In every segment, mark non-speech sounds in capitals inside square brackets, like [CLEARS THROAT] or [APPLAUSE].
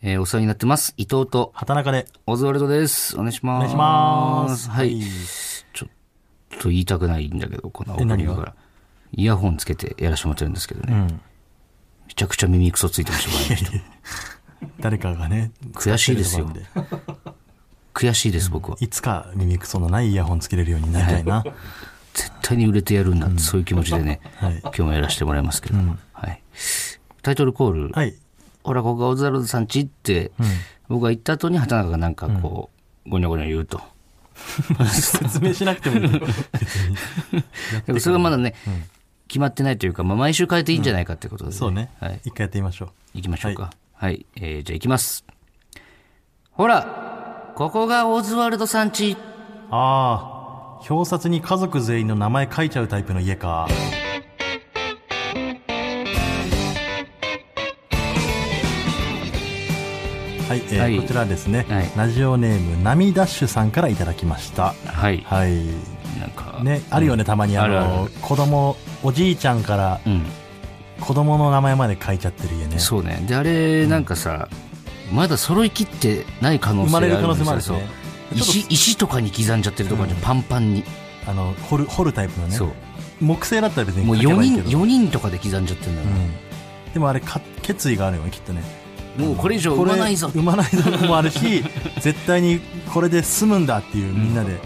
えーお世話になってます。伊藤と [LAUGHS] 畑中でオズワルドです。お願いします。お願いしますはい。はいちょっと言いたくないんだけど、このえオりな何ががら。イヤホンつけてやらしてもらってるんですけどね。めちゃくちゃ耳くそついてました、 [LAUGHS] これ誰かがね悔しいですよ作ってくれた番組悔しいです、僕は。でいつか耳くそのないイヤホンつけれるようになりたい [LAUGHS] な絶対に売れてやるんだって、そういう気持ちでね、はい今日もやらせてもらいますけど。はい。タイトルコール、はいほら、ここがオズワルドさんちって、僕が言った後に畑中がなんかこう、ごにょごにょ言うと。説明しなくてもい [LAUGHS] いでもそれがまだね、決まってないというか、まあ、毎週変えていいんじゃないかってことで、そうね、はい。一回やってみましょう行きましょうか。はい。えーじゃあ行きます。ほらここがオズワルドさんちああ表札に家族全員の名前書いちゃうタイプの家かはい、えーはいこちらですね、はいラジオネームナミダッシュさんからいただきましたはい。はいなんか、ね、あるよね、たまにあのあるある子供おじいちゃんからうん。子供の名前まで書いちゃってる家ね、そうね。で、あれ、なんかさ、まだ揃いきってない可能生性がまあれるんるですよ可能性もあるしねそうちょっと石石とかに刻んじゃってるとかじゃんパンパンに、あの掘る掘るタイプのねそう木製だったら別にもう書けば4いい人けど四人とかで刻んじゃってるんだよ、うんでもあれか決意があるよねきっとねもうこれ以上生まないぞこれ産まないぞのもあ [LAUGHS] るし絶対にこれで済むんだっていうみんなで、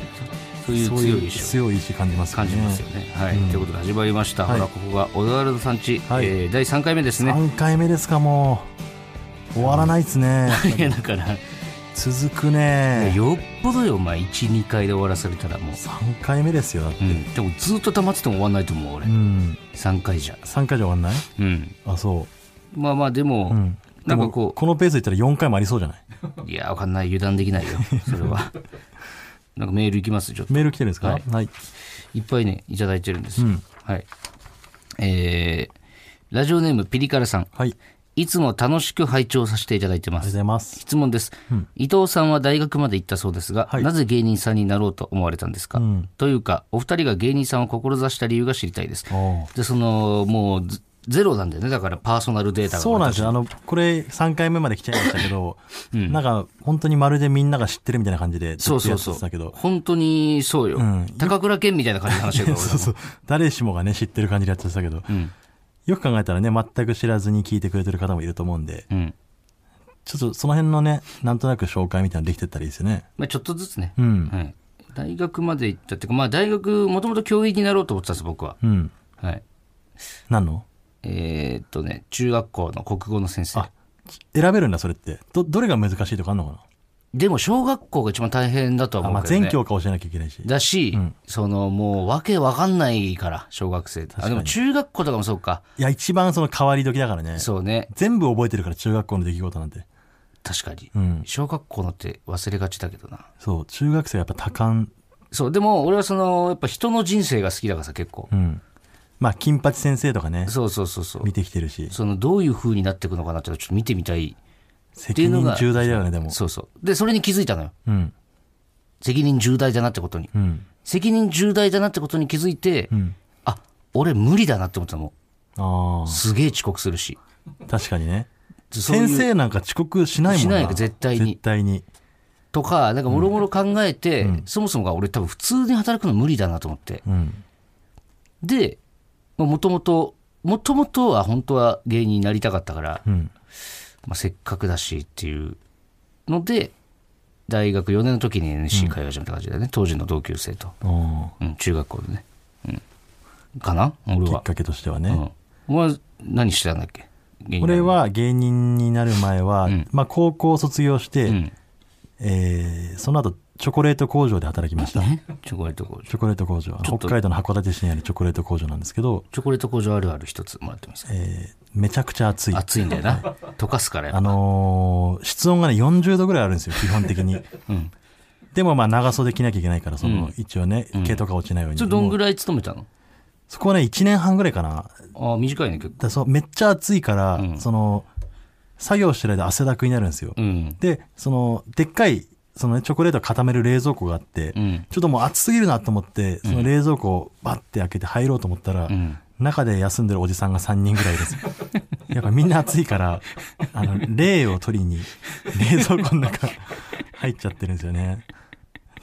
そういう強い意志を強い意志感じますよ感ねじますよね。はい、うんということで始まりました、はいほらここがオズワルドさんち、はいえー第3回目ですね。 3回目ですかもう終わらないですねい [LAUGHS] やだから、続くねよっぽどよ、お前、1、2回で終わらされたらもう。 3回目ですよだってうん、でもずっと溜まってても終わんないと思う、俺う。ん3回じゃ。 3回じゃ終わんないうん。あそまあまあ、でも、う、うん、なんかでもこ、このペースでいったら4回もありそうじゃないういや、わかんない、油断できない [LAUGHS] よ、それは。なんかメールいきます、ちょっと。メール来てるんですかははいい、いっぱいね、いただいてるんですよ。うんはい。えー、ラジオネームピリカラさん。はい、ありがといつも楽しく拝聴させていただいてまうごすざ。います質問です、伊藤さんは大学まで行ったそうですが、はいなぜ芸人さんになろうと思われたんですか、うんというかお二人が芸人さんを志した理由が知りたいですおーでそのもうゼゼロなんだよねだからパーソナルデータがそうなんですよあのこれ3回目まで来ちゃいましたけど、なんか本当にまるでみんなが知ってるみたいな感じでそうそうずそっとやってたけうど本当にそうよ、ん高倉健みたいな感じの話だけど [LAUGHS] そうそう誰しもがね知ってる感じでやってたけど、よく考えたらね全く知らずに聞いてくれてる方もいると思うんで俺もうんちょっとその辺のねなんとなく紹介みたいなのできてったらいいですよねまあ、ちょっとずつね、うんはい、大学まで行ったっていうか、まあ、大学もともと教員になろうと思ってたんです僕は、うんはい、何のえーっとね中学校の国語の先生あ選べるんだそれってどどれが難しいとかあんのかなでも小学校が一番大変だとはあ思まうあ、けど、ね全教科教えなきゃいけないしだし、そのもうわけわかんないから小学生ってあでも中学校とかもそうかいや、一番その変わり時だからね。そうね全部覚えてるから、中学校の出来事なんて。確かに、うん。小学校のって忘れがちだけどなそう、中学生はやっぱ多感。そうでも俺はそのやっぱ人の人生が好きだからさ結構、うん。まあ、金八先生とかね、そうそうそうそう見てきてるし、そのどういう風になっていくのかなってのをちょっと見てみたい責任重大だよね、でも。そうそうでそれに気づいたのようん。責任重大だなってことに、うん。責任重大だなってことに気づいて、んあ俺無理だなって思ったのあすげえ遅刻するしあ、確かにね。そういう先生なんか遅刻しないもしんなないよ絶対に絶対に。とか、なんかもろもろ考えて、そもそもが俺多分普通に働くの無理だなと思って。うん。で、もともと、もともとは本当は芸人になりたかったから、うん。まあ、せっかくだしっていうので、大学4年の時に NC 会話始めた感じだよね、当時の同級生と。おうん、中学校でね。うん。かな俺ーきっは。かけとしてはうね。ん。お前、何してたんだっけ芸人にな俺るは芸人になる前は、んまあ、高校を卒業して、うん。えーその後チョコレート工場で働きました。チョコレート工場チョコレート工場はちょっと北海道の函館市にあるチョコレート工場なんですけど、チョコレート工場あるある一つもらってもいいですかえーめちゃくちゃ暑い。熱いんだよな溶かすからやっぱあのー室温がね40度ぐらいあるんですよ、基本的に。 [LAUGHS] でもまあ長袖着なきゃいけないから、その、一応ね、毛とか落ちないように。それどんもぐうらい勤めたのそこはね、1年半ぐらいかな。だかああ短いね結構らそうめっちゃ暑いから、その、作業してる間汗だくになるんですよ。うんで、その、でっかい、そのね、チョコレートを固める冷蔵庫があって、うんちょっともう暑すぎるなと思って、その冷蔵庫をバッて開けて入ろうと思ったら、ん中で休んでるおじさんが3人ぐらいいるんですよ。やっぱみんな暑いから、あの、霊を取りに、冷蔵庫の中入っちゃってるんですよね。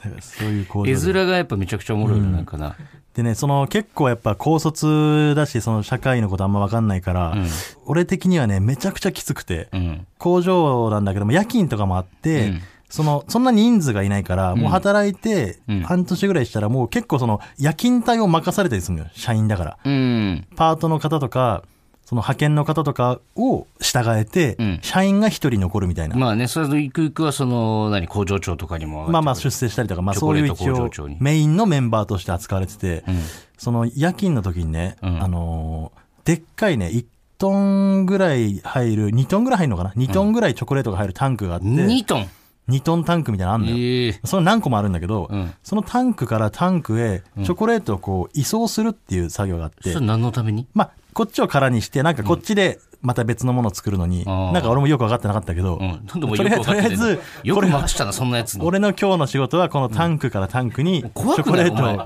だからそういう構絵図で。面がやっぱめちゃくちゃおもろいよなんかなでね、その結構やっぱ高卒だし、その社会のことあんまわかんないから、俺的にはね、めちゃくちゃきつくて、うん工場なんだけども、夜勤とかもあって、うんその、そんな人数がいないから、もう働いてうん、半年ぐらいしたら、もう結構その、夜勤帯を任されたりするのよ、社員だから。うんパートの方とか、その派遣の方とかを従えて、うん社員が一人残るみたいな。まあねそれとゆくゆくはその何工場長とかにも上がってくるまあまあ出世したりとか、まあそういうチ一ョコレート工場応長にメインのメンバーとして扱われてて、うんその夜勤の時にね、うんあのーでっかいね、1トンぐらい入る、2トンぐらい入るのかな ?2 トンぐらいチョコレートが入るタンクがあって、 2トン2トンタンクみたいなのあんのよ。ええその何個もあるんだけど、うんそのタンクからタンクへチョコレートをこう移送するっていう作業があって、それ何のためにまあ、こっちを空にして、なんかこっちでまた別のものを作るのに、あーなんか俺もよく分かってなかったけど、うんなんでもとよりくあえ分かってないずとりあえずよこくれ回したなそんなやつに俺の今日の仕事はこのタンクからタンクにチ怖ョくコなレいーおトを、前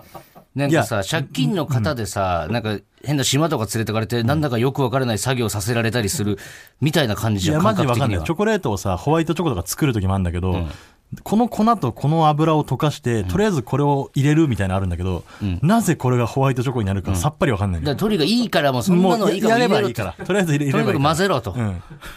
なんかさ借金の方でさ、なんか変な島とか連れてかれて、なんだかよくわからない作業させられたりするみたいな感じいじゃや、んマ感ジで覚わ的かんにない。はチョコレートをさ、ホワイトチョコとか作るときもあるんだけど、この粉とこの油を溶かして、とりあえずこれを入れるみたいなのあるんだけど、なぜこれがホワイトチョコになるかさっぱりわかんないのだかよ、らトリがいいからもうそんなものういいやからやれば入いろいから、とりあえず入れとれにばかいいくから混。ぜろと、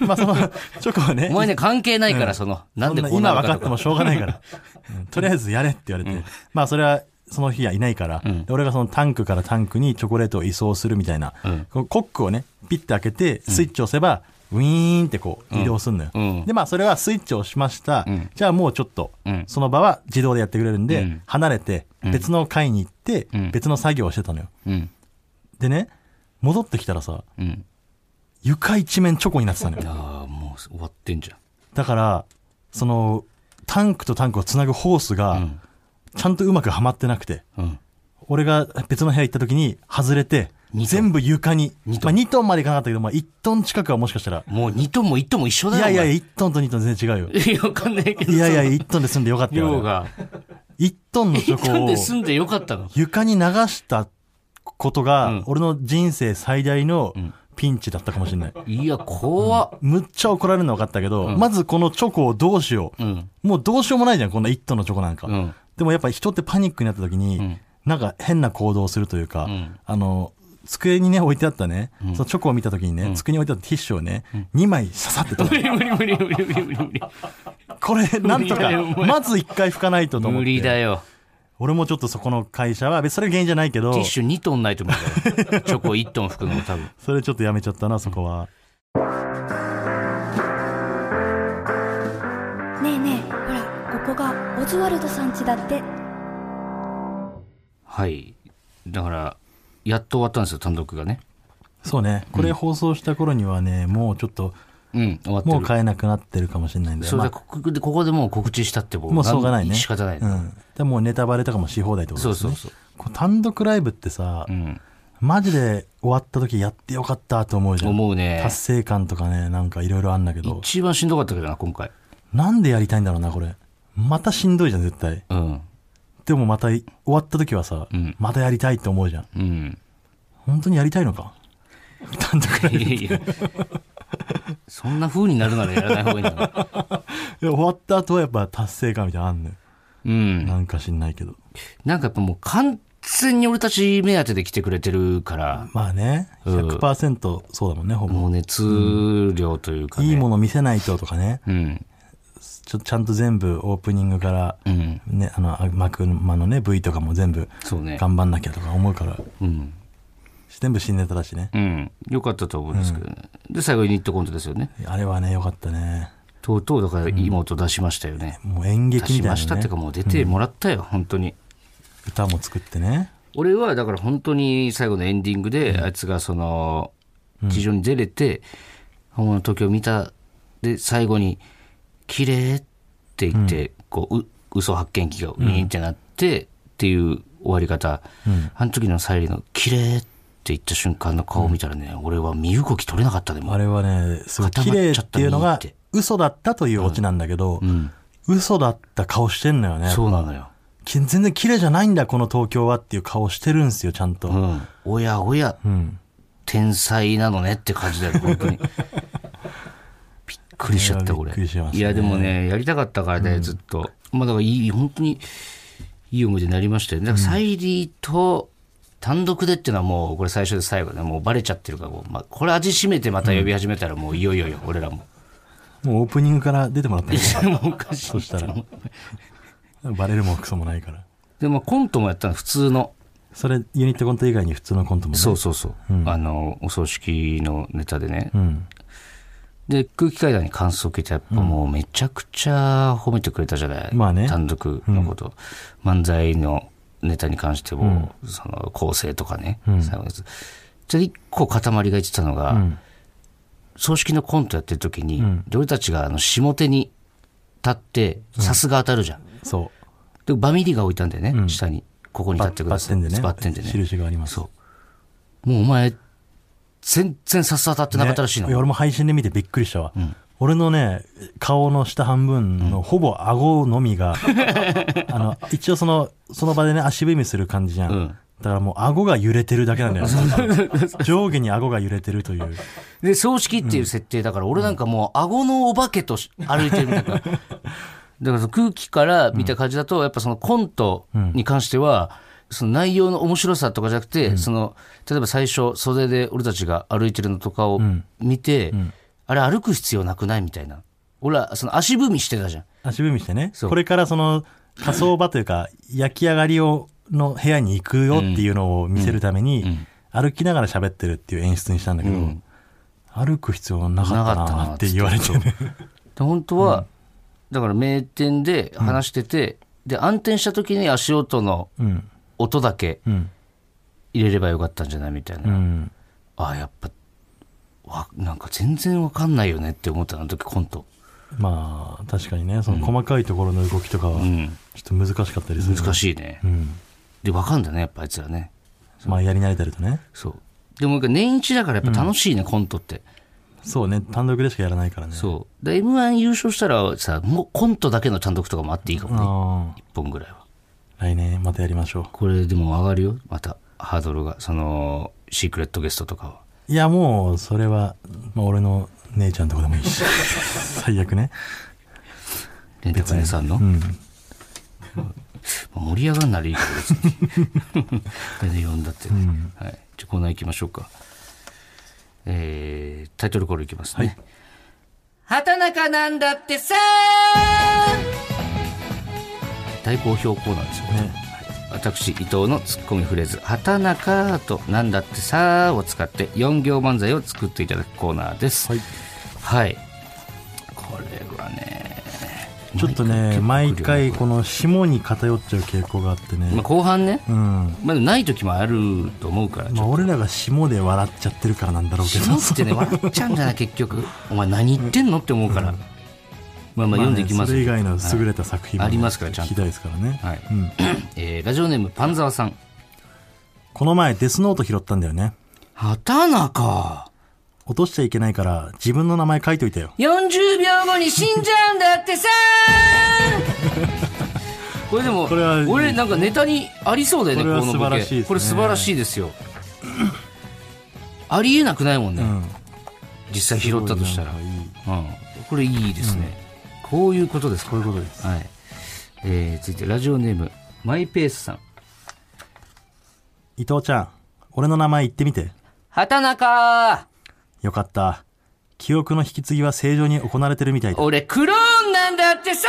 うん。まあその、チョコはね、お前ね関係ないからその、なんでこうな今るか分かっとてもしょうがな [LAUGHS] いから、うんとりあえずやれって言われて、まあそれはその日はいないから、で俺がそのタンクからタンクにチョコレートを移送するみたいな、こうコックをねピッて開けてスイッチを押せば、ウィーンってこう移動するのよ、うんでまあそれはスイッチを押しました、じゃあもうちょっと、んその場は自動でやってくれるんで、うん離れて別の階に行って、ん別の作業をしてたのようんでね戻ってきたらさうん床一面チョコになってたのよああもう終わってんじゃんだからそのタンクとタンクをつなぐホースが、ちゃんとうまくはまってなくてうん俺が別の部屋行った時に外れて二トン全部床に二トまンあ、2トンまでいかなかったけど、まあ、1トン近くはもしかしたらもう2トンも1トンも一緒いだやよいやおいや前1トンと2トン全 [LAUGHS] 然違うよいやわかんないけどいやいやその1トンで済んでよかった量よが1トンのチ1トョコンをで住んでよかったの床に流したことが、ん俺の人生最大のピンチだったかもしれない、いや怖っ、むっちゃ怒られるの分かったけど、まずこのチョコをどうしよう、うんもうどうしようもないじゃんこんな1トンのチョコなんか、うんでもやっぱ人ってパニックになった時に、なんか変な行動をするというか、んあの、机にね、置いてあったね、そのチョコを見た時にね、机に置いてあったティッシュをね、2枚刺さってたの無理無理無理無理無理無理無理これ、なん無理とだよかお、前まず1回拭かないとと思っ無て。理だよ俺もちょっとそこの会社は、別にそれ原因じゃないけどティッ、シュ2トンないと思うからチョコ1トン含むの多分それちょっとやめちゃったな、そこは。ねえねえほらここがオズワルドさん家だってはいだからやっと終わったんですよ単独がねそうね、これ放送した頃にはね、もうちょっと、うん終わってるもう買えなくなってるかもしれないんで、それでまここでここでもう告知したってもあもうしょうがないね。仕方ない、うん。でもうネタバレとかもし放題ってことそうですそね。うそうこう単独ライブってさ、うんマジで終わった時やってよかったと思うじゃん。思うね達成感とかね、なんかいろいろあんだけど、一番しんどかったけどな今回なんでやりたいんだろうな、これ。またしんどいじゃん、絶対。うんでもまたい終わった時はさ、んまたやりたいって思うじゃん。うん本当にやりたい [LAUGHS] のか単独ライいブ。いやいやそんな風になるならやらない方がいいんだなや終わった後はやっぱ達成感みたいなのあんのよ。うんなんか知んないけど。なんかやっぱもう完全に俺たち目当てで来てくれてるからまあね、100%そうだもんね、ほぼ。もう熱量というかねいいもの見せないととかね、うんちょちゃんと全部オープニングから、うんね、あの、あ幕間のね、V とかも全部そうね頑張んなきゃとか思うから、うん全部新ネタだしね。うんよかったと思うんですけどねで最後ユニットコントですよねあれはね、よかったね。とうとうだから妹出しましたよね、もう演出劇みしたいな、まねしたっていうかもう出てもらったよ、本当に歌も作ってね俺はだから本当に最後のエンディングで、あいつがその地上に出れて本物の時を見たで最後に「綺麗って言って、こうう嘘発見器がウィーンってなって、っていう終わり方、あの時の沙莉の「綺麗って言った瞬間の顔を見たらね、俺は身動き取れなかったでもあうれはねすごい綺麗っていうの固まっがちゃった見て嘘だったというオチなんだけど、ん嘘だった顔してんのよねそうなのよ、き全然綺麗じゃないんだこの東京はっていう顔してるんですよちゃんと、うん、おやおやうん天才なのねって感じ [LAUGHS] だよ、本当に。びっくりしちゃった、いや俺。びっくりしましたねいや、でもね、やりたかったからね、ずっと。まあ、だからいい、本当に、いい思い出になりましたよね。だから、サイリーと、単独でっていうのはもう、これ最初で最後で、もうバレちゃってるから、もう、まあ、これ味しめてまた呼び始めたら、もういよいよよ、俺らも。もうオープニングから出てもらったんもうおか [LAUGHS] しいそしたらバレるもクソもないからでも、コントもやったの、普通の。それユニットコント以外に普通のコントもねそうそうそう。あの、お葬式のネタでね。うんで空気階段に感想を聞いてやっぱもうめちゃくちゃ褒めてくれたじゃない、まあね単独のこと、漫才のネタに関しても、その構成とかね、最後のやつじゃあ一個塊が言ってたのが、ん葬式のコントやってる時に、で俺たちがあの下手に立ってさすが当たるじゃん、そでバミリが置いたんだよね、下にここうに立ってくださいバッテンでねバッテンでね印がありますそうもうお前全然さすが当たってなかったらしいの、ねや俺も配信で見てびっくりしたわ、俺のね顔の下半分のほぼ顎のみが、あの一応そのその場でね足踏みする感じじゃん、うんだからもう顎が揺れてるだけなんだよ、 [LAUGHS] 上下に顎が揺れてるというで、葬式っていう設定だから、俺なんかもう、顎のお化け [LAUGHS] とし歩いてるみたいな。だからその空気から見た感じだと、やっぱそのコントに関しては、その内容の面白さとかじゃなくて、その、例えば最初、袖で俺たちが歩いてるのとかを見て、あれ歩く必要なくないみたいな。俺は、その足踏みしてたじゃん。足踏みしてねそうこれからその火葬場というか焼き上がりをの部屋に行くよっていうのを見せるために、歩きながら喋ってるっていう演出にしたんだけど、歩く必要なかったなって言われてねで本当は、だから名店で話してて、で、暗転した時に足音のうん音だけうん入れればよかったんじゃないみたいな。うんあやっぱわなんか全然わかんないよねって思ったあの時コントまあ確かにねその細かいところの動きとかはんちょっと難しかったりする、難しいね、うんでわかんだねやっぱあいつらねまあやり慣れてるとねそうでもなんか年一だからやっぱ楽しいね、コントってそうね単独でしかやらないからねそうで m 1優勝したらさもうコントだけの単独とかもあっていいかもねあ1本ぐらいはあ来年またやりましょこれでも上がるよまたハードルがそのシークレットゲストとかはういやもうそれは、まあ、俺の姉ちゃんとかでもいい [LAUGHS] し最悪ねレンタカー屋さんの、うんまあ盛り上がんならいいけど別に全然呼んだって、はい、じゃあコーナー行きましょうかえー、タイトルコールいきますね、畑中なんだってさ大好評コーナーですよ、ねね私伊藤のツッコミフレーズ「畑中」と「なんだってさ」を使って4行漫才を作っていただくコーナーですはい、はいこれはねちょっとね毎回この下に偏っちゃう傾向があってまあ、ね後半ね、うんまあ、ない時もあると思うからちまあょっ俺らが下で笑っちゃってるからなんだろうけとど下ってね笑っちゃうんじゃない結局お前何言ってんのって思うから、まあまあ読んでいきますそれ以よ、外の優れた作品もはいありますからちゃんと聞きたいですからね、はいうん [CLEARS THROAT] えーラジオネームパンザワさんこの前デスノート拾ったんだよね畑中落としちゃいけないから自分の名前書いといてよ40秒後に死んじゃうんだって [LAUGHS] さこれでもこれはいい俺なんかネタにありそうだよねこれはのボケ素晴らしいですねこれ素晴らしいですよありえなくないもんね、うん実際拾ったとしたらすごいなんかいいうん、これいいですね、こういうことですこういうことですはいえー、続いてラジオネームマイペースさん伊藤ちゃん俺の名前言ってみて畑中よかった記憶の引き継ぎは正常に行われてるみたいだ俺クローンなんだってさ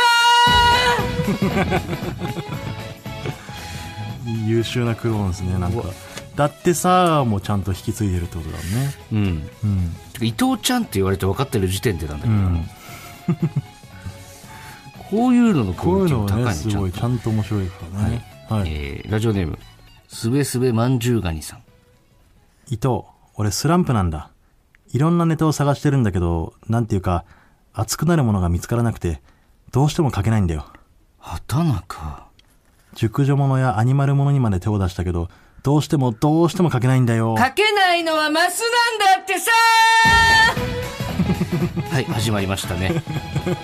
優秀なクローンですねなんかだってさーもちゃんと引き継いでるってことだもんねうんうんてか伊藤ちゃんって言われて分かってる時点でなんだけど、 [LAUGHS] こういうののクこうオいうリティのもは高いねねすちゃごんいとちゃんと面白いからね、はいえーラジオネームすべすべまんじゅうがにさん伊藤俺スランプなんだいろんなネタを探してるんだけどなんていうか熱くなるものが見つからなくてどうしても書けないんだよ畑中熟女ものやアニマルものにまで手を出したけどどうしてもどうしても書けないんだよ書けないのはマスなんだってさはい始まりましたね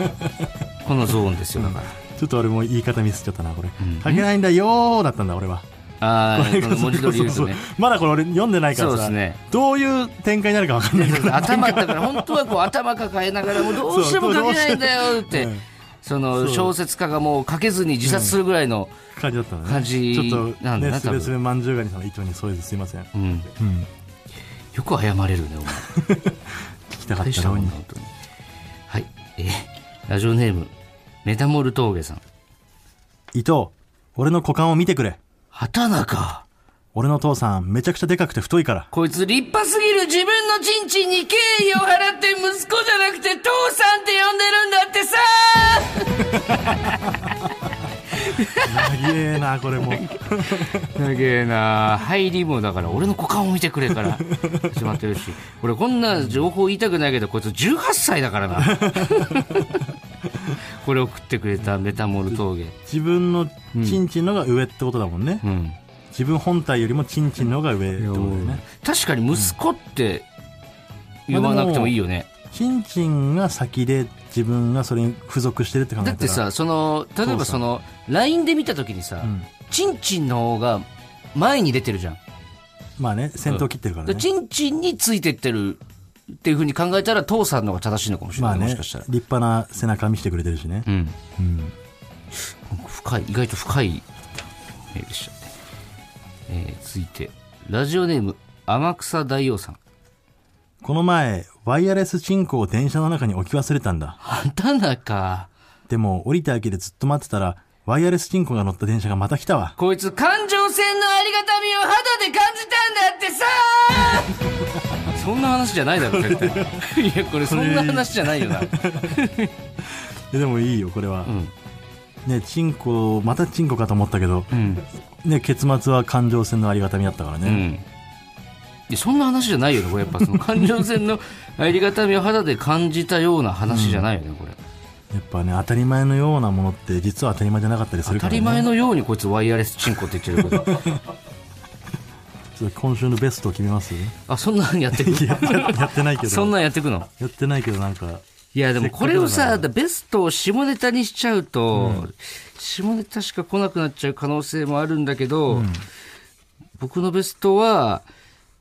[LAUGHS] このゾーンですよだからちょっと俺もう言い方ミスっちゃったなこれ、書けないんだよーだったんだ俺はああこの文字通り言う [LAUGHS] そとうそねうそうまだこれ俺読んでないからさそうですねどういう展開になるか分かんないから頭だから本当はこう頭抱えながらもうどうしても書けないんだよってうんその小説家がもう書けずに自殺するぐらいの、感じだったのね感じちょっなとんだねなす多べ分すべまんじゅうがにさんの意図に添えずすいません、うんうん、よく謝れるねお前聞きたかっ大したたのもんにだ本当にはいえーラジオネームメタモル峠さん伊藤俺の股間を見てくれ畑中俺の父さんめちゃくちゃでかくて太いからこいつ立派すぎる自分のチンチンに敬意を払って息子じゃなくて父さんって呼んでるんだって [LAUGHS] さ長えなこれもなげえな入りもだから俺の股間を見てくれから始まってるし俺こんな情報言いたくないけどこいつ18歳だからな [LAUGHS] これ送ってくれたメタモル峠自分のチンチンのが上ってことだもんね、うん自分本体よりもチンチンのが上ってことだよね確かに息子って言わなくてもいいよね、チンチンが先で自分がそれに付属してるって考えただらってさその例えばその LINE で見た時にさ、んチンチンの方が前に出てるじゃんまあね先頭切ってるからね、でチンチンについてってるっていうふうに考えたら父さんの方が正しいのかもしれまない、あもねしかしたら立派な背中見せてくれてるしねう、ん、深い意外と深いメールでしたね、えー続いてラジオネーム天草大王さんこの前ワイヤレスチンコを電車の中に置き忘れたんだ畑中でも降りただけでずっと待ってたらワイヤレスチンコが乗った電車がまた来たわこいつ感情線のありがたみを肌で感じたんだってさ [LAUGHS] そんな話じゃないだろ絶対 [LAUGHS] いやこれそんな話じゃないよなえでもいいよこれは、んねチンコまたチンコかと思ったけど、うん、ね結末は感情線のありがたみだったからうね、ん、いやそんな話じゃないよねこれやっぱその感情線のありがたみを肌で感じたような話じゃないよねこれやっぱね当たり前のようなものって実は当たり前じゃなかったりす当るかたら、ね、り前のようにこいつワイヤレスチンコって言ってるけ [LAUGHS] どちょっと今週のベストを決めます [LAUGHS] いあそんなんやってくやややってないけどそんなんやってくのやってないけどなんかいやでもこれをせっさかくだベストを下ネタにしちゃうと、下ネタしか来なくなっちゃう可能性もあるんだけど、僕のベストは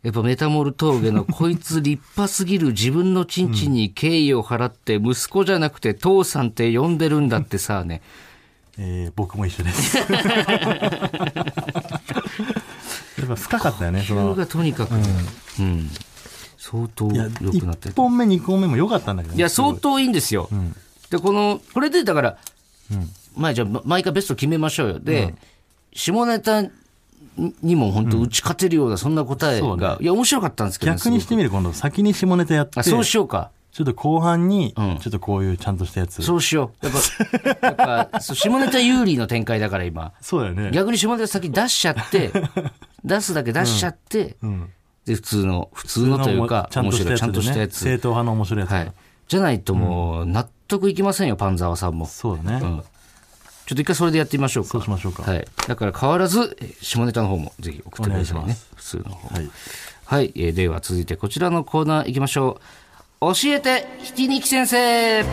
やっぱメタモル峠のこいつ立派すぎる自分のチンチンに敬意を払って息子じゃなくて父さんって呼んでるんだってさ [LAUGHS] ねえー僕も一緒です [LAUGHS] やっぱ深かったよねそ [LAUGHS] そのれがとにかく、うん相当いや良くなって1本目2本目も良かったんだけどねいや、すご相当いいんですよ。で、この、これでだから、まあじゃあ、ま毎回ベスト決めましょうよ。で、下ネタにも本当打ち勝てるような、そんな答えそうが、ねいや、面白かったんですけどね、逆にしてみる今度先に下ネタやってあ、そうしようか。ちょっと後半に、んちょっとこういうちゃんとしたやつ。そうしよう。やっぱ、 [LAUGHS] やっぱ、そう下ネタ有利の展開だから今。そうだよね。逆に下ネタ先出しちゃ [LAUGHS] って、出すだけ出しちゃって、で、普通の、普通のというか、ちゃん面とし白たやい、つ、ちゃんとしたやつ。正統派の面白いやつ。はい。じゃないともう、納得いきませんよ、パンザワさんも。そうだね、うんちょっと一回それでやってみましょうか。そうしましょうかはい。だから変わらず、えー下ネタの方もぜひ送ってくださおい願いしまねす。普通の方も。ははいい。えーでは続いてこちらのコーナー行きましょう。教えて、ひきにき先生はい。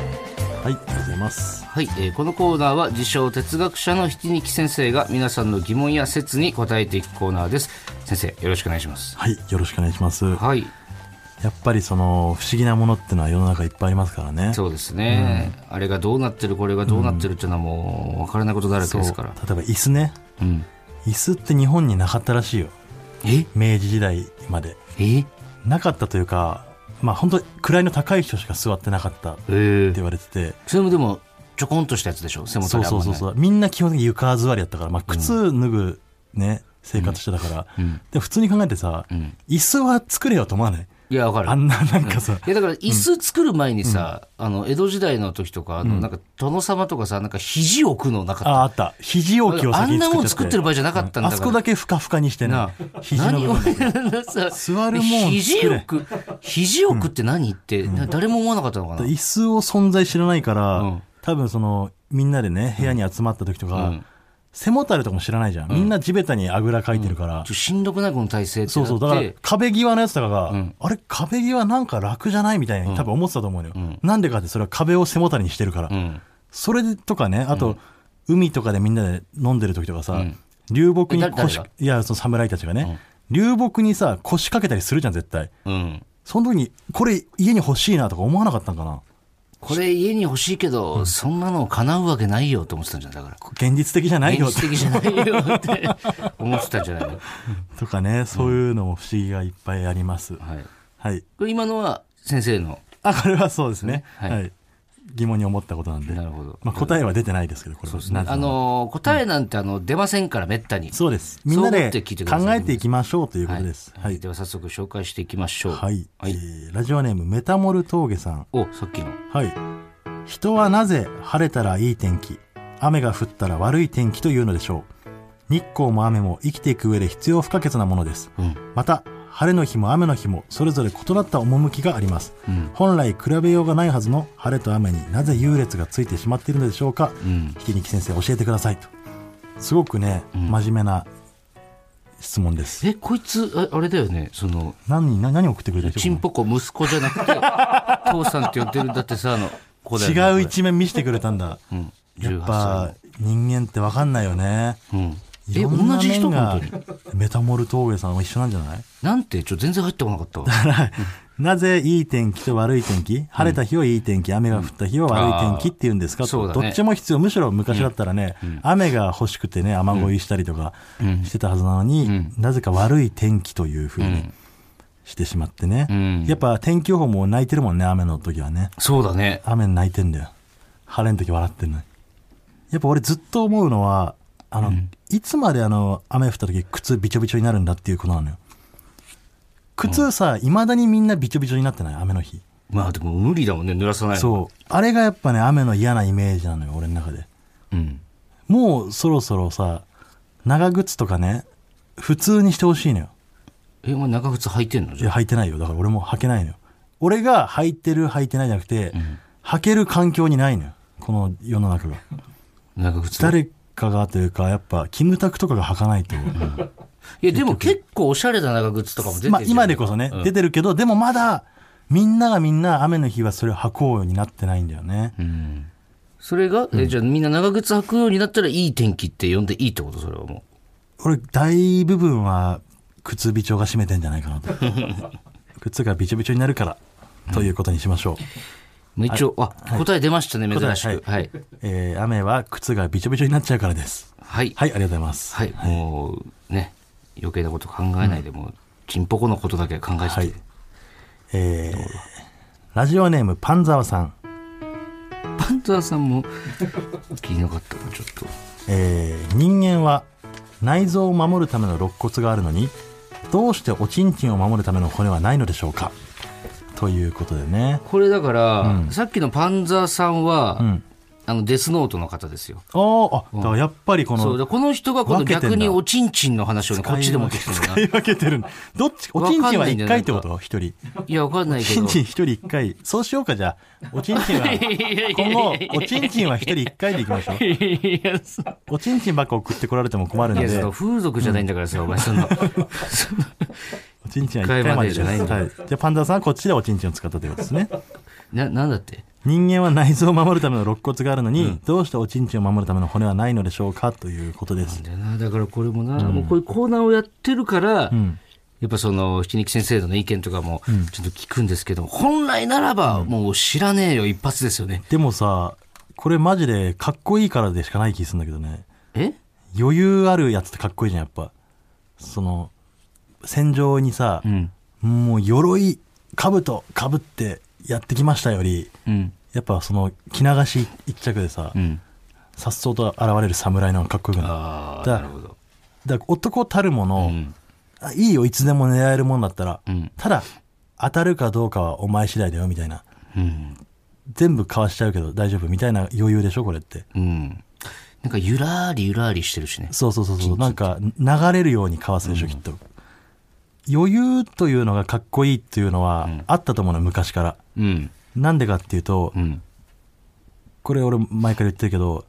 ありがとうございます。はい、えーこのコーナーは自称哲学者のひきにき先生が皆さんの疑問や説に答えていくコーナーです。先生、よろしくお願いします。はい。よろしくお願いします。やはい。っぱりその、不思議なものってのは世の中いっぱいありますからね。そうですね。あれがどうなってる、これがどうなってるっていうのはもう、わからないことだらけですから。例えば椅子ね。うん。椅子って日本になかったらしいよ。え明治時代まで。えなかったというか、まあ本当に位の高い人しか座ってなかったってえー言われてて。それもでも、ちょこんとしたやつでしょ背もたそうれあんそうまそなうい。そうみんな基本的に床座りやったから、まあ、靴脱ぐ、ね生活してたから、んで普通に考えてさ、ん椅子は作れよと思わないいや、わかる。あんななんかさ、いやだから椅子作る前にさ、あの江戸時代の時とかあのなんか殿様とかさなんか肘置くのなかった、ああった肘置きをあ先んにな作っちゃもん作ってる場合じゃなかったんだあから、そこだけふかふかにしてねな [LAUGHS] 肘の部分何をさ座るもん肘作れ置く肘置くって何って、な誰も思わなかったのかな、椅子を存在知らないから、うん多分そのみんなでね部屋に集まった時とか、うん背もたれとかも知らないじゃん、みんな地べたにあぐらかいてるから、ちょしんどくないこの体勢ってそうそうだなっからて壁際のやつとかが、あれ壁際なんか楽じゃないみたいに多分思ってたと思うのよ、なんでかってそれは壁を背もたれにしてるから、んそれとかねあと、海とかでみんなで飲んでる時とかさ、流木にえ誰誰腰がいやその侍たちがね、流木にさ腰掛けたりするじゃん絶対うん、その時にこれ家に欲しいなとか思わなかったんかなこれ家に欲しいけど、そんなの叶うわけないよと思ってたんじゃないだか現実的じゃならい現よって実的じゃないよって [LAUGHS] 思ってたんじゃないの、とかねそういうのも不思議がいっぱいあります、はい、はいこれ今のは先生のあこれはそうですね、ははいい疑問に思ったことなんでなるほどまあ、答えは出てないですけどこれはなぜなあのー答えなんてあの出ませんからめったにそうですみんそなう思でって考聞いてくださいえていきましょうということですははいいでは早速紹介していきましょうはい、えーラジオネームメタモル峠さんおさっきのはい人はなぜ晴れたらいい天気雨が降ったら悪い天気というのでしょう日光も雨も生きていく上で必要不可欠なものです、また晴れの日も雨の日もそれぞれ異なった趣があります、本来比べようがないはずの晴れと雨になぜ優劣がついてしまっているのでしょうか、うん引きにき先生教えてくださいとすごくね、真面目な質問ですえこいつああれだよねその何何何送ってくれてチンるポコ息子じゃなくて [LAUGHS] 父さんって呼んでるんだってさあのここだよね違う一面見せてくれたんだ、これやっ18ぱ人間って分かんないよね歳のうんいえろんな同じ人面が本当にメタモル峠さんも一緒なんじゃないなんてちょ全然入ってこなかったわなぜいい天気と悪い天気晴れた日をいい天気雨が降った日を悪い天気って言うんですかあーそうとだどねっちも必要むしろ昔だったらね雨が欲しくてね雨乞いしたりとかしてたはずなのになぜか悪い天気というふうにしてしまってんねやっぱ天気予報も泣いてるもんね雨の時はねそうだね雨に泣いてんだよ晴れの時笑ってんのにやっぱ俺ずっと思うのはあの、いつまであの雨降った時靴びちょびちょになるんだっていうことなのよ靴さいま、未だにみんなびちょびちょになってない雨の日まあでも無理だもんね濡らさないのそうあれがやっぱね雨の嫌なイメージなのよ俺の中でうんもうそろそろさ長靴とかね普通にしてほしいのよえお前長靴履いてんのいじやゃあ履いてないよだから俺も履けないのよ俺が履いてる履いてないじゃなくて、履ける環境にないのよこの世の中が長靴誰かがというかやっぱキムタクとかが履かないと、いやでも結構おしゃれな長靴とかも出てるまあ、今でこそね、うん出てるけどでもまだみんながみんな雨の日はそれを履こうようになってないんだよね、それが、えじゃあみんな長靴履くようになったらいい天気って呼んでいいってことそれはも俺大部分は靴びちょが占めてんじゃない [LAUGHS] かなと靴がびちょびちょになるからということにしましょう、う。まあ、一応、あ、答え出ましたね、珍しく。答えははい。えー雨は靴がびちょびちょになっちゃうからですはい。はいありがとうございますはい。もう、ね、余計なこと考えないで、もう、ちんぽこのことだけ考えて、はいえーラジオネームパンザワさんパンツァーさん [LAUGHS] も気になかったな、ちょっと。えー人間は内臓を守るための肋骨があるのにどうしておちんちんを守るための骨はないのでしょうかということでねこれだから、さっきのパンザーさんは、んあの、デスノートの方ですよ。あーあだからやっぱりこそうのだ、この人がこの分けてんだ逆におちんちんの話をね、こっちで持ってきてるんだな。使い分けてるんだどっちおちんちんは1回ってこと一人いや、わかんないおけちど。んちん1人1回そうしようかじゃあおちんちんは今後おちんちんは1人1回でいきましょう [LAUGHS] いや、そおちんちんばっか送ってこられても困るんいでやその風俗じゃないんだからさ、お前、 [LAUGHS] その、おちんちんは1回までです一回までじゃはないい、じゃあパンダさんはこっちでおちんちんを使ったということですねな、なんだって人間は内臓を守るための肋骨があるのに、どうしておちんちんを守るための骨はないのでしょうかということです。だよなだからこれもな、もうこういうコーナーをやってるから、やっぱその七木先生の意見とかもちょっと聞くんですけど、本来ならばもう知らねえよ一発ですよね、でもさ、これマジでかっこいいからでしかない気するんだけどね。え余裕あるやつってかっこいいじゃん、やっぱ。その、戦場にさ、んもう鎧、兜、かぶってやってきましたより、うんやっぱその着流し一着でさ、うんさっそうと現れる侍の方がかっこよくないああだなるほどだから男たるもの、んあいいよいつでも狙えるもんだったら、んただ当たるかどうかはお前次第だよみたいなうん。全部かわしちゃうけど大丈夫みたいな余裕でしょこれってうん。なんかゆらーりゆらーりしてるしね。そうそうそうそうなんか流れるようにかわすでしょ、きっと余裕というのがかっこいいっていうのはあったと思うの昔からうん。なんでかっていうと、うん。これ俺前から言ってるけど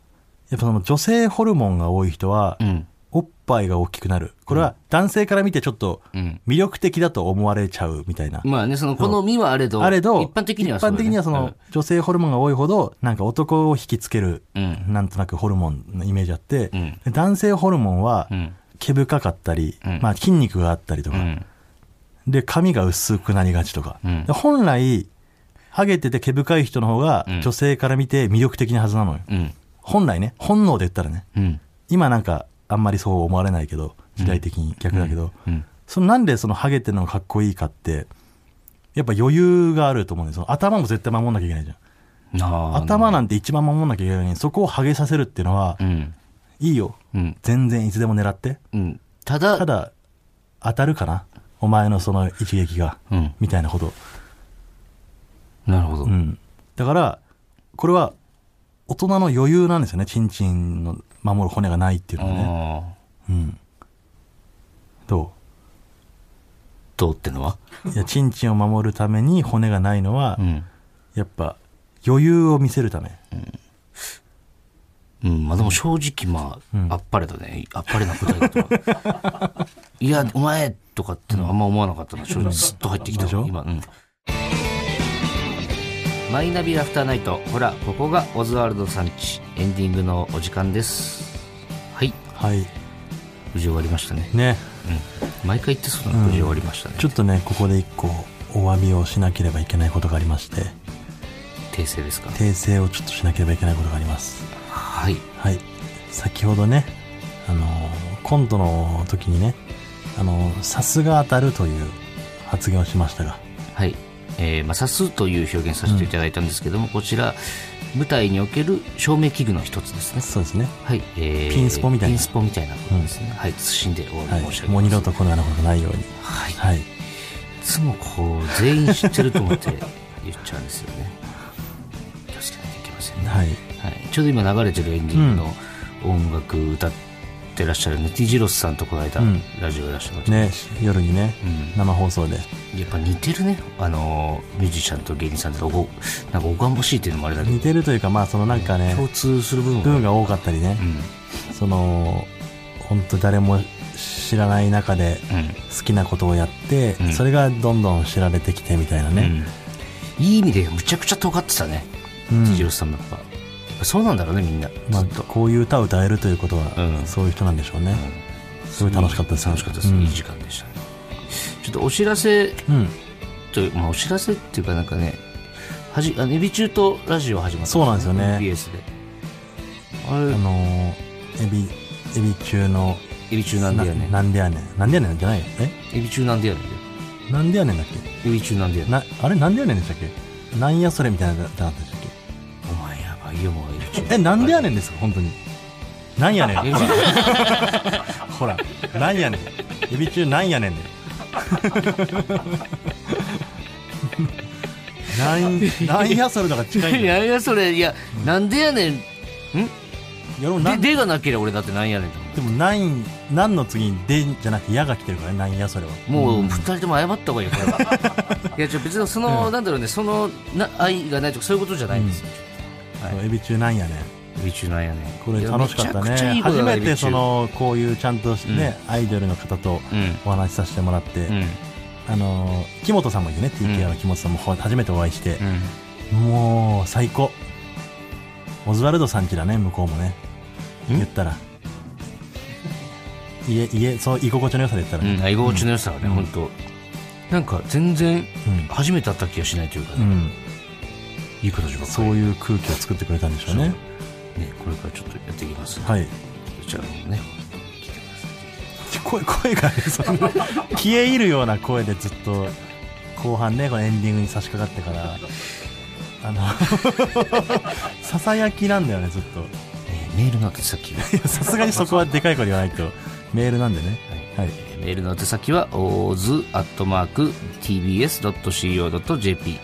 やっぱその女性ホルモンが多い人は、うん。おっぱいが大きくなるこれは男性から見てちょっとうん。魅力的だと思われちゃうみたいな、まあね、その好みはあれど、あれど一般的には一般的にはそそだうねの女性ホルモンが多いほどなんか男を引きつける、うんなんとなくホルモンのイメージあって、うんで男性ホルモンはうん。毛深かったり、うんまあ、筋肉があったりとうか、ん。で髪が薄くなりがちとか、うんで本来ハゲてて毛深い人の方がうん女性から見て魅力的なはずなのよ、うん。本来ね本能で言ったらねうん。今なんかあんまりそう思われないけど時代的に逆だけど、うん。そのなんでそのハゲてるのがかっこいいかってやっぱ余裕があると思うんですよ頭も絶対守んなきゃいけないじゃんあー頭なんて一番守んなきゃいけないのにそこをハゲさせるっていうのはうん。いいようん。全然いつでも狙ってうん。ただ、ただ当たるかなお前のその一撃がうん。みたいなことなるほど。うんだからこれは大人の余裕なんですよねチンチンの守る骨がないっていうのはねああ。うんどどうってのはういやチンチンを守るために骨がないのはうん。やっぱ余裕を見せるため、うん、まあでも正直まあ、あっぱれだね。あっぱれな答えだと [LAUGHS] はいや、お前とかってのはあんま思わなかったな。正直ずっと入ってきたでしょわ今、うん。マイナビラフターナイト。ほら、ここがオズワルドさんち。エンディングのお時間です。はい。はい無事終わりましたね。ねうん。毎回言ってそうだな。無事終わりましたね。ちょっとねここで一個お詫びをしなければいけないことがありまして訂正ですか訂正をちょっとしなければいけないことがありますはい。はい先ほどねあのコントの時にねあのさすが当たるという発言をしましたがはい。えー、まあ、指すという表現させていただいたんですけども、こちら、舞台における照明器具の一つですね。そうですねはい、えーピンスポみたいピなンスポみたいなことですね。はい、謹んでおは詫び申し上いげもうま二す。度とこのようなことがないようにはい、いはいつもこう、全員知ってると思って言っちゃうんですよ [LAUGHS] ね。気をつけなきゃいけませんね。はいはい、ちょうど今流れてるエンディングの音楽歌ってらっしゃるネティジロスさんとこの間、うんラジオいらっしゃいましたね夜にね、うん生放送でやっぱ似てるね、あのーミュージシャンと芸人さんっておごなんかおがんぼしいっていうのもあれだけど似、てるというかまあそのなんかね共通する部分部が、分が多かったりねう、ん、その本当誰も知らない中でうん、好きなことをやって、うんそれがどんどん知られてきてみたいなね、うん、いい意味でむちゃくちゃ尖ってたねうん辻吉さんの方が、そうなんだろうねみんな、まあずっと、こういう歌を歌えるということは、うんそういう人なんでしょうね、すごい楽しかったです楽しかったです、うんいい時間でしたねちょっとお知らせうんという、まあ、お知らせっていうかなんかねはじあのエビ中とラジオ始まったそうなんですよね BS でああれのーエビエビ中のエビ中なんでやねんなんでやねんなんでやねんじゃないよえエビ中なんでやねんなんでやねんだっけエビ中なんでやねんなあれなんでやねんでしたっけなんやそれみたいなのじゃなかったでしたっお前やばいよもうエビ中けえなんでやねんんですか本当になんやねんエビほ中ら [LAUGHS] ほらなんやねんエビ中なんやねん [LAUGHS] でなんなんやそれとか近いんだいよやいやそれいや、なんでやねんいやでもなでんでがなければ俺だってなんやねんと思でもなんなんの次に「で」じゃなくて「や」が来てるからねなんやそれはもう二人とも謝った方がいいよ、これ [LAUGHS] は。いや、ちょ、別にその、なんだろうね、その、な、愛がないとか、そういうことじゃないんですよ。はいエビ中なんやねんエビ中なんやね。これ楽しかったいやめちゃくちゃいねいことだ初めエてビ中そのこういうちゃんとしてね、アイドルの方とうん。お話しさせてもらって、うん。あのー木本さんもいるね TKR の木本さんもほ初めてお会いしてう、ん。もう最高オズワルドさんちだね向こうもねん言ったら家家そう居心地の良さで言ったらうねん、居心地の良さはね、うん本当。なんか、全然、うん初めて会った気がしないというかうね、んいい形ばっかそり。ういう空気を作ってくれたんでしょうねね、これからちょっとやっていきます。はいこちらの方もね。聞いてくださ声 [LAUGHS] 声がねそんな消え入るような声でずっと後半ねこのエンディングに差し掛かってからあの [LAUGHS] ささやきなんだよねずっといえーメールの後、さっき。はいいやさすがにそこはでかい声で言わないとメールなんでねえはい。メールの宛先は oz.tbs.co.jp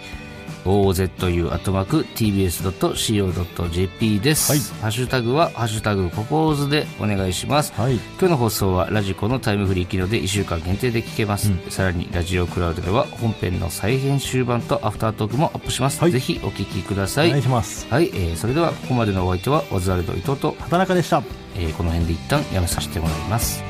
ozu.tbs.co.jp です、はいハッシュタグは「ハッシュタグココーズ」でお願いします、はい今日の放送はラジコのタイムフリー機能で1週間限定で聞けます、さらにラジオクラウドでは本編の再編集版とアフタートークもアップします、はいぜひお聞きくださおい願いします。はい、えーそれではここまでのお相手はオズワルド伊藤と、畑中でした。えーこの辺で一旦やめさせてもらいます